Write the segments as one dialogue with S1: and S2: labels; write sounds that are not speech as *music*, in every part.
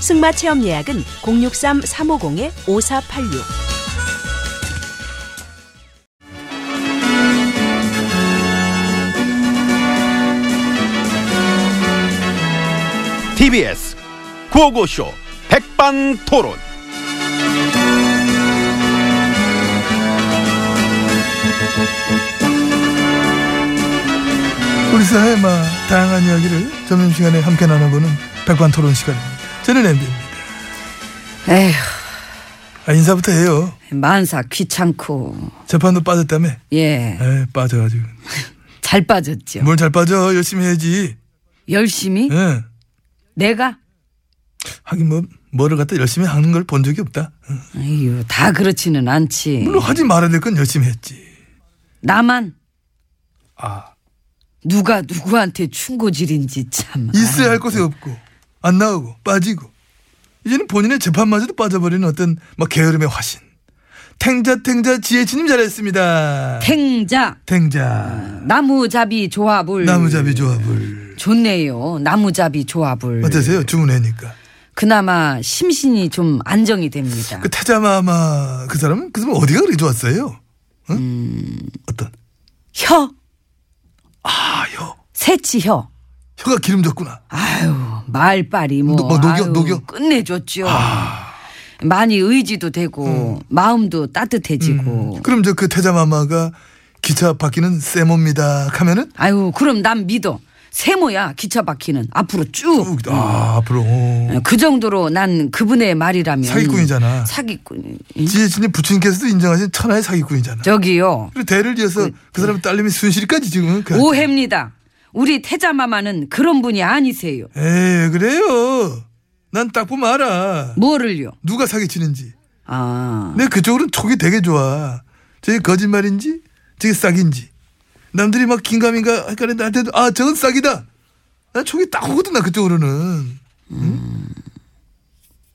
S1: 승마 체험 예약은 063-350-5486.
S2: TBS 구호고쇼 백반토론.
S3: 우리 사회의 막 다양한 이야기를 점심시간에 함께 나눠보는 백반토론 시간입니다. 저는 엠비입니다.
S4: 에휴,
S3: 아, 인사부터 해요.
S4: 만사 귀찮고.
S3: 재판도 빠졌다며?
S4: 예,
S3: 에 빠져가지고.
S4: 잘 빠졌죠.
S3: 뭘 잘 빠져. 열심히 해야지.
S4: 열심히?
S3: 예.
S4: 내가?
S3: 하긴 뭐 뭐를 갖다 열심히 하는 걸 본 적이 없다. 응.
S4: 아유, 다 그렇지는 않지.
S3: 물론 하지 말아야 될 건 열심히 했지.
S4: 나만?
S3: 아.
S4: 누가 누구한테 충고질인지 참.
S3: 있어야 할
S4: 아이고.
S3: 곳이 없고 안 나오고 빠지고 이제는 본인의 재판마저도 빠져버리는 어떤 막 게으름의 화신. 탱자탱자 지혜진님 잘했습니다.
S4: 탱자,
S3: 탱자
S4: 나무잡이 조합을.
S3: 나무잡이 조합을.
S4: 좋네요. 나무잡이 조합을.
S3: 어떠세요? 주문해니까.
S4: 그나마 심신이 좀 안정이 됩니다.
S3: 그 태자마마 그 사람은 그 사람 어디가 그리 좋았어요? 응?
S4: 음.
S3: 어떤
S4: 혀,
S3: 아 혀.
S4: 새치 혀.
S3: 혀가 기름졌구나.
S4: 아유 말빨이 뭐,
S3: 노- 뭐 녹여,
S4: 아유,
S3: 녹여? 아.
S4: 끝내줬죠. 많이 의지도 되고 마음도 따뜻해지고.
S3: 그럼 저 그 태자마마가 기차 바퀴는 세모입니다. 하면은
S4: 아유 그럼 난 믿어. 세모야 기차 바퀴는 앞으로 쭉.
S3: 뚝,
S4: 음.
S3: 아 앞으로 어.
S4: 그 정도로 난 그분의 말이라면
S3: 사기꾼이잖아.
S4: 사기꾼.
S3: 지혜진이 부친께서도 인정하신 천하의 사기꾼이잖아.
S4: 저기요
S3: 그리고 대를 이어서 그, 사람 딸님이 순실까지 지금은 그.
S4: 오해입니다. 우리 태자마마는 그런 분이 아니세요.
S3: 에이 그래요. 난 딱 보면 알아.
S4: 뭐를요?
S3: 누가 사기치는지.
S4: 아
S3: 내 그쪽으로는 촉이 되게 좋아. 저게 거짓말인지, 저게 싹인지. 남들이 막 긴가민가 헷갈려 나한테도, 아, 저건 싹이다. 난 촉이 딱 오거든, 나 그쪽으로는.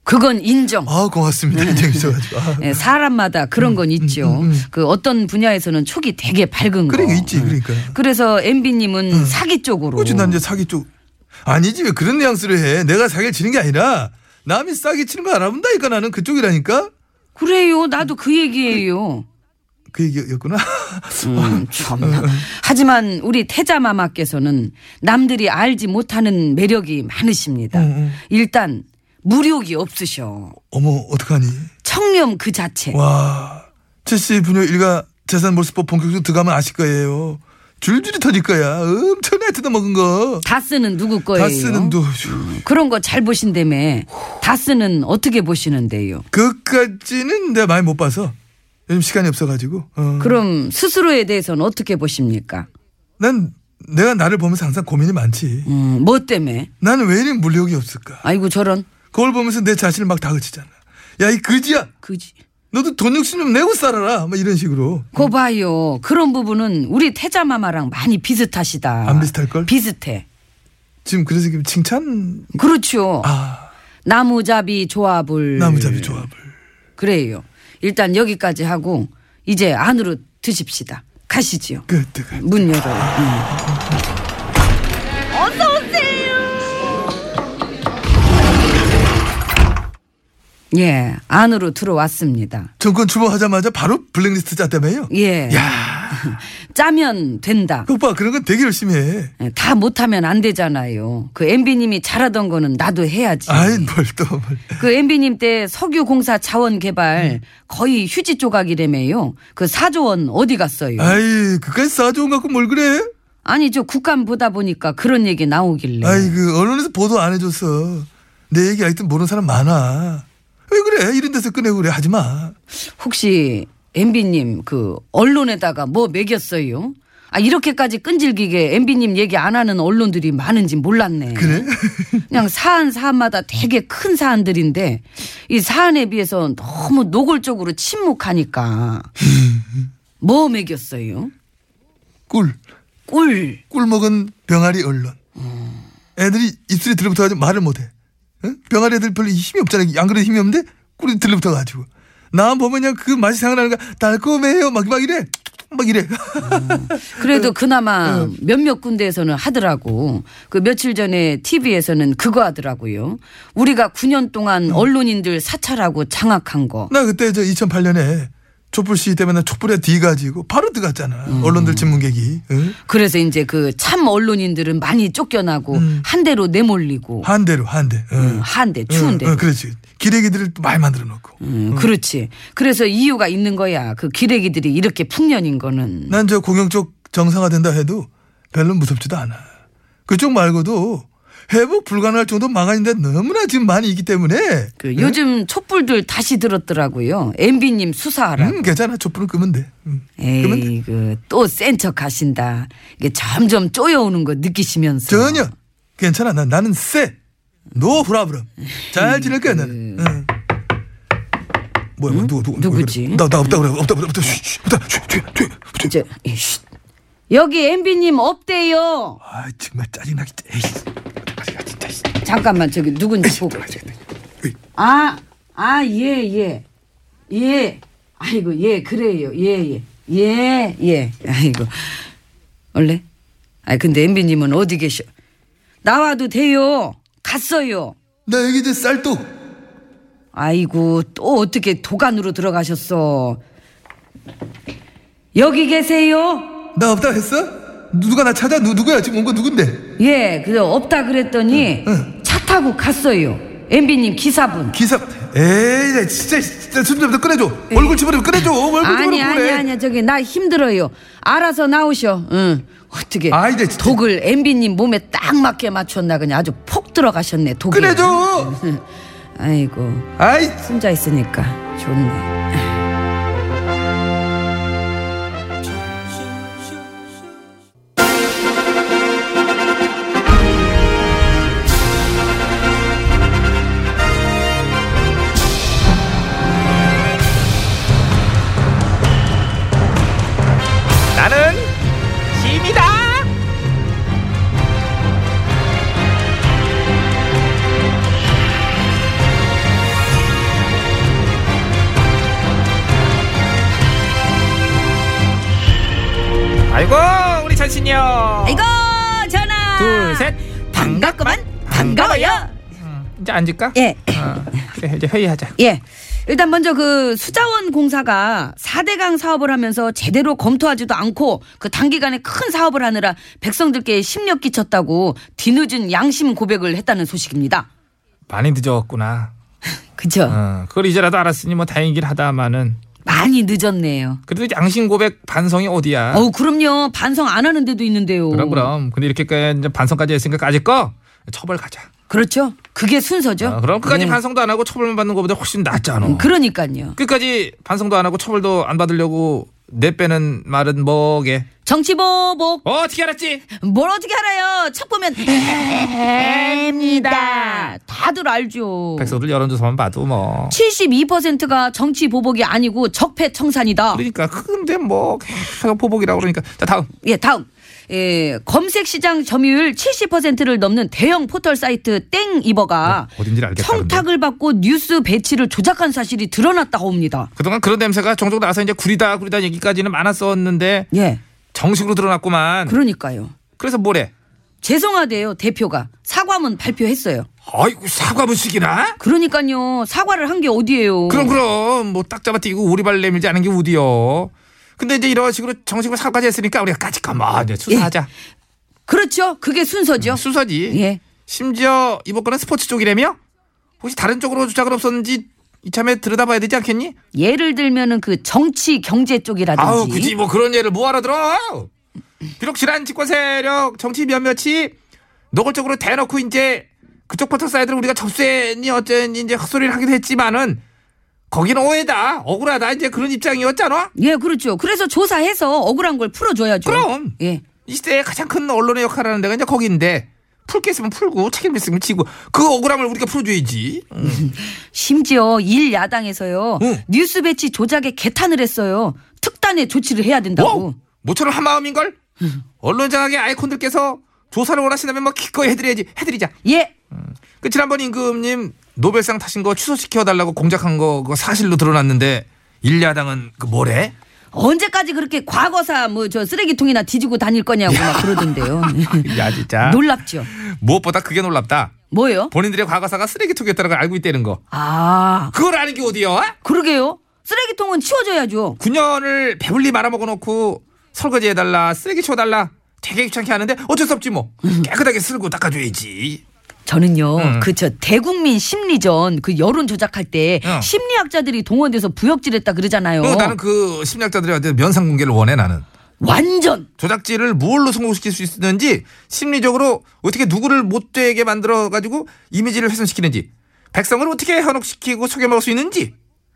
S4: 그건 인정.
S3: 아, 음, 고맙습니다. 인정해줘가지고. 아,
S4: 예, 사람마다 그런 건 있죠. 그 어떤 분야에서는 촉이 되게 밝은
S3: 그런
S4: 거.
S3: 게 있지, 그러니까.
S4: 그래서 MB님은 사기
S3: 음.
S4: 쪽으로.
S3: 그치, 난 이제 사기 쪽. 아니지, 왜 그런 뉘앙스를 해. 내가 사기를 치는 게 아니라, 남이 싸기 치는 거 알아본다니까 나는 그쪽이라니까?
S4: 그래요. 나도 그 얘기예요.
S3: 그 얘기였구나. *laughs*
S4: 음, 참나. 하지만 우리 태자마마께서는 남들이 알지 못하는 매력이 많으십니다.
S3: 음,
S4: 일단 무력이 없으셔.
S3: 어머, 어떡하니.
S4: 청렴 그 자체.
S3: 와, 최씨 부녀 일가 재산 몰수법 본격적으로 들어가면 아실 거예요. 줄줄이 터질 거야. 엄청나게 뜯어먹은 거.
S4: 다스는 누구 거예요?
S3: 다 쓰는 도
S4: 그런 거 잘 보신다며. 다스는 어떻게 보시는데요?
S3: 그까지는 내가 많이 못 봐서 요즘 시간이 없어가지고. 어.
S4: 그럼 스스로에 대해서는 어떻게 보십니까?
S3: 난 내가 나를 보면서 항상 고민이 많지.
S4: 음, 뭐 때문에?
S3: 나는 왜 이리 물욕이 없을까?
S4: 아이고 저런
S3: 그걸 보면서 내 자신을 막 다그치잖아. 야 이 그지야.
S4: 그지.
S3: 너도 돈 욕심 좀 내고 살아라. 막 이런 식으로.
S4: 거 봐요. 그런 부분은 우리 태자마마랑 많이 비슷하시다.
S3: 안 비슷할걸?
S4: 비슷해.
S3: 지금 그래서 지금 칭찬.
S4: 그렇죠.
S3: 아
S4: 나무잡이 조합을.
S3: 나무잡이 조합을.
S4: 그래요. 일단 여기까지 하고 이제 안으로 드십시다. 가시지요.
S3: 그 뜨거.
S4: 문 열어요. 어서 오세요. 예, 안으로 들어왔습니다.
S3: 정권 출범하자마자 바로 블랙리스트 짰다며요.
S4: 예. 짜면 된다.
S3: 오빠 그런 건 되게 열심히 해.
S4: 예, 다 못하면 안 되잖아요. 그 MB님이 잘하던 거는 나도 해야지.
S3: 아이 뭘 또 뭘.
S4: 그 MB님 때 석유공사 자원
S3: 음.
S4: 개발 거의 휴지 조각이라며요. 그 4조 원 어디 갔어요?
S3: 아이 그까지 싸줘온 갖고 뭘 그래?
S4: 아니, 저 국감 보다 보니까 그런 얘기 나오길래.
S3: 아이 그 언론에서 보도 안 해줘서 내 얘기 하여튼 모르는 사람 많아. 왜 그래? 이런 데서 꺼내고 그래 하지 마.
S4: 혹시 MB님 그 언론에다가 뭐 매겼어요? 아 이렇게까지 끈질기게 MB님 얘기 안 하는 언론들이 많은지 몰랐네.
S3: 그래?
S4: 그냥 사안 사안마다 되게 큰 사안들인데 이 사안에 비해서 너무 노골적으로 침묵하니까 뭐 먹였어요?
S3: 꿀.
S4: 꿀.
S3: 꿀 먹은 병아리 언론. 애들이 입술이 들러붙어가지고 말을 못해. 응? 병아리 애들 별로 힘이 없잖아. 안 그래도 힘이 없는데 꿀이 들러붙어가지고. 나만 보면 그냥 그 맛이 생각나는 거야. 달콤해요. 막, 막 이래. 막 이래. *laughs* 어,
S4: 그래도 그나마 몇몇 군데에서는 하더라고. 그 며칠 전에 TV에서는 그거 하더라고요. 우리가 9년
S3: 음.
S4: 동안 언론인들 사찰하고 장악한 거.
S3: 나 그때 저 2008년에 촛불 시위 때문에 나 촛불에 D 가지고 바로 들어갔잖아.
S4: 음.
S3: 언론들 신문객이. 응?
S4: 그래서 이제 그 참 언론인들은 많이 쫓겨나고 한 대로 내몰리고
S3: 한 대로 한 대. 응.
S4: 음, 한대 추운데.
S3: 응, 응, 그렇지. 기레기들을 또 많이 만들어 놓고.
S4: 음, 그렇지. 그래서 이유가 있는 거야. 그 기레기들이 이렇게 풍년인 거는.
S3: 난 저 공영 쪽 정상화 된다 해도 별로 무섭지도 않아. 그쪽 말고도 회복 불가능할 정도 망한인데 너무나 지금 많이 있기 때문에.
S4: 그 요즘 촛불들 다시 들었더라고요. MB님 수사하라.
S3: 음, 괜찮아. 촛불은 끄면 돼. 음. 끄면 돼.
S4: 에이, 그또센척 하신다. 이게 점점 쪼여오는 거 느끼시면서.
S3: 전혀 괜찮아. 난, 나는 쎄. 노 프라브럼. 잘 지낼 거야 나는. 응. 뭐야, 뭐야, 누구, 누구,
S4: 음. 누구지?
S3: 그래. 나, 나 없다 그래. 없다, 없다, 없다. 쉬, 쉬, 없다. 쉬, 쉬, 쉬, 쉬.
S4: 저, 이, 쉿. 여기 MB님 없대요.
S3: 아, 정말 짜증나기. 에이. 아, 진짜. 씨.
S4: 잠깐만 저기 누군지 보고. 아, 아, 예, 예. 예. 아이고, 예, 그래요. 예, 예. 예, 예. 아이고. 원래? 아, 근데 엠비님은 어디 계셔? 나와도 돼요. 갔어요.
S3: 나 여기 이제 쌀도.
S4: 아이고, 또 어떻게 도관으로 들어가셨어. 여기 계세요?
S3: 나 없다 했어? 누가 나 찾아? 누, 누구야? 지금 온 거 누군데?
S4: 예, 그래, 없다 그랬더니 차 타고 갔어요. 엠비님 기사분.
S3: 기사 에이 나 진짜 진짜 숨좀 꺼내줘 얼굴 집어넣고 꺼내줘 얼굴 집어넣고
S4: 아니 아니 아니 저기 나 힘들어요. 알아서 나오셔. 응. 어떻게
S3: 아이, 나 진짜-
S4: 독을 엠비님 몸에 딱 맞게 맞췄나 그냥 아주 폭 들어가셨네 독이.
S3: 꺼내줘
S4: 음. 아이고
S3: 아이
S4: 혼자 있으니까 좋네.
S5: 나는 짐이다. 아이고 우리 전신이요.
S4: 아이고 전화.
S5: 둘 셋.
S4: 반갑구만 반가워요.
S5: 이제 앉을까?
S4: 예
S5: 어, 그래 이제 회의하자.
S4: 예. 일단 먼저 그 수자원 공사가 4대강 사업을 하면서 제대로 검토하지도 않고 그 단기간에 큰 사업을 하느라 백성들께 심력 끼쳤다고 뒤늦은 양심 고백을 했다는 소식입니다.
S5: 많이 늦었구나.
S4: 그죠?
S5: 어, 그걸 이제라도 알았으니 뭐 다행이긴 하다마는
S4: 많이 늦었네요.
S5: 그래도 양심 고백 반성이 어디야?
S4: 어우, 그럼요. 반성 안 하는 데도 있는데요.
S5: 아. 그럼 그럼. 근데 이렇게까지 이제 반성까지 했으니까 까짓 거 처벌 가자.
S4: 그렇죠. 그게 순서죠.
S5: 어, 그럼 끝까지
S4: 네.
S5: 반성도 안 하고 처벌만 받는 것보다 훨씬 낫잖아.
S4: 음, 그러니까요.
S5: 끝까지 반성도 안 하고 처벌도 안 받으려고 내빼는 말은 뭐게?
S4: 정치보복
S5: 어, 어떻게 알았지?
S4: 뭘 어떻게 알아요? 척 보면 입니다. 다들 알죠.
S5: 백서들 여론조사만 봐도 뭐.
S4: 72%가 정치 보복이 아니고 적폐 청산이다.
S5: 그러니까 근데 뭐 계속 보복이라고 그러니까 자 다음
S4: 예, 다음. 예, 검색 시장 점유율 70%를 넘는 대형 포털 사이트 땡이버가
S5: 어, 어딘지를 알겠다는데.
S4: 청탁을 받고 뉴스 배치를 조작한 사실이 드러났다고 합니다.
S5: 그동안 그런 냄새가 종종 나서 이제 구리다 구리다 얘기까지는 많았었는데
S4: 예.
S5: 정식으로 드러났구만.
S4: 그러니까요.
S5: 그래서 뭐래?
S4: 죄송하대요, 대표가. 사과문 발표했어요.
S5: 아이고 사과문식이나?
S4: 그러니까요, 사과를 한 게 어디예요.
S5: 그럼 그럼 뭐 딱 잡아뛰고 오리발 내밀지 않은 게 우디요. 근데 이제 이런 식으로 정식으로 사과까지 했으니까 우리가 까짓 까마 이제 수사하자.
S4: 그렇죠. 그게 순서죠.
S5: 수사지.
S4: 예.
S5: 심지어 이번 건은 스포츠 쪽이라며? 혹시 다른 쪽으로 조작은 없었는지 이참에 들여다봐야 되지 않겠니?
S4: 예를 들면은 그 정치 경제 쪽이라든지.
S5: 아우 굳이 뭐 그런 예를 뭐하러 들어? 비록 지난 집권 세력 정치 몇몇이 노골적으로 대놓고 이제 그쪽 포털 사이트를 우리가 접수했니 어쩌니 이제 헛소리를 하기도 했지만은 거기는 오해다. 억울하다. 이제 그런 입장이었잖아.
S4: 예, 그렇죠. 그래서 조사해서 억울한 걸 풀어줘야죠.
S5: 그럼.
S4: 예.
S5: 이 시대에 가장 큰 언론의 역할을 하는 데가 이제 거기인데 풀 게 있으면 풀고 책임 있으면 지고 그 억울함을 우리가 풀어줘야지.
S4: 심지어 일 야당에서요.
S5: 응.
S4: 뉴스 배치 조작에 개탄을 했어요. 특단의 조치를 해야 된다고.
S5: 뭐 모처럼 한 마음인걸? 언론 장악의 아이콘들께서 조사를 원하신다면 뭐 기꺼이 해드려야지 해드리자.
S4: 예.
S5: 그 지난번 임금님 노벨상 타신 거 취소시켜 달라고 공작한 거 그거 사실로 드러났는데 일야당은 그 뭐래?
S4: 언제까지 그렇게 과거사 뭐 저 쓰레기통이나 뒤지고 다닐 거냐고 막 그러던데요.
S5: *laughs* 야 아, 진짜
S4: *laughs* 놀랍죠.
S5: 무엇보다 그게 놀랍다.
S4: 뭐예요?
S5: 본인들의 과거사가 쓰레기통이었다는 걸 알고 있다는 거.
S4: 아,
S5: 그걸 아는 게 어디여?
S4: 그러게요. 쓰레기통은 치워줘야죠.
S5: 9년을 배불리 말아먹어 놓고 설거지 해달라 쓰레기 치워달라 되게 귀찮게 하는데 어쩔 수 없지 뭐 깨끗하게 쓸고 닦아줘야지.
S4: 저는요,
S5: 음.
S4: 그 저 대국민 심리전 그 여론 조작할 때
S5: 어.
S4: 심리학자들이 동원돼서 부역질했다 그러잖아요.
S5: 그리고 나는 그 심리학자들한테 면상 공개를 원해 나는.
S4: 완전
S5: 조작질을 뭘로 성공시킬 수 있는지 심리적으로 어떻게 누구를 못되게 만들어 가지고 이미지를 훼손시키는지 백성을 어떻게 현혹시키고 속여먹을 수 있는지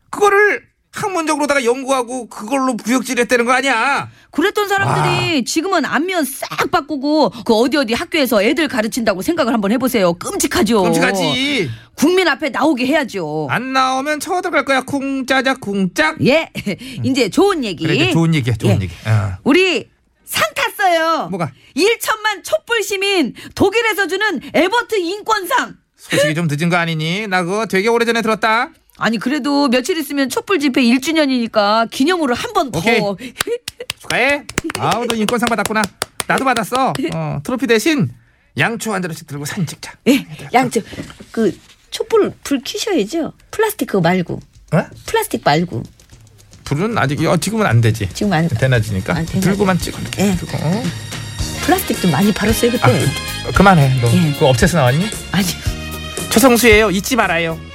S5: 그거를 학문적으로다가 연구하고 그걸로 부역질했다는 거 아니야?
S4: 그랬던 사람들이 지금은 안면 싹 바꾸고 그 어디 어디 학교에서 애들 가르친다고 생각을 한번 해보세요. 끔찍하죠.
S5: 끔찍하지. 아.
S4: 국민 앞에 나오게 해야죠.
S5: 안 나오면 쳐들어갈 거야. 쿵짜자 쿵짝.
S4: 예, *laughs* 이제 좋은 얘기.
S5: 그래 이제 좋은 얘기야. 좋은
S4: 예.
S5: 얘기. 어.
S4: 우리 상 탔어요.
S5: 뭐가?
S4: 1천만 촛불 시민 독일에서 주는 에버트 인권상.
S5: 솔직히 좀 늦은 거 아니니? 나 그거 되게 오래전에 들었다.
S4: 아니 그래도 며칠 있으면 촛불 집회 1주년이니까 기념으로 한 번 더.
S5: 오케이.
S4: *laughs*
S5: 축하해. 아우 너 인권상 받았구나. 나도 받았어. 어, 트로피 대신 양초 한 자루씩 들고 사진 찍자.
S6: 예, 양쪽 그 촛불 불 켜셔야죠. 플라스틱 그거 말고.
S5: 어?
S6: 플라스틱 말고.
S5: 불은 아직 어, 지금은 안 되지.
S6: 지금 안-
S5: 대낮이니까
S6: 안 되나?
S5: 들고만 찍어 이렇게
S6: 예.
S5: 들고. 어?
S6: 플라스틱 좀 많이 팔았어요 그때. 예.
S5: 아, 그- 그만해. 너 그 업체에서 나왔니?
S6: 아니.
S5: 최성수예요. 잊지 말아요.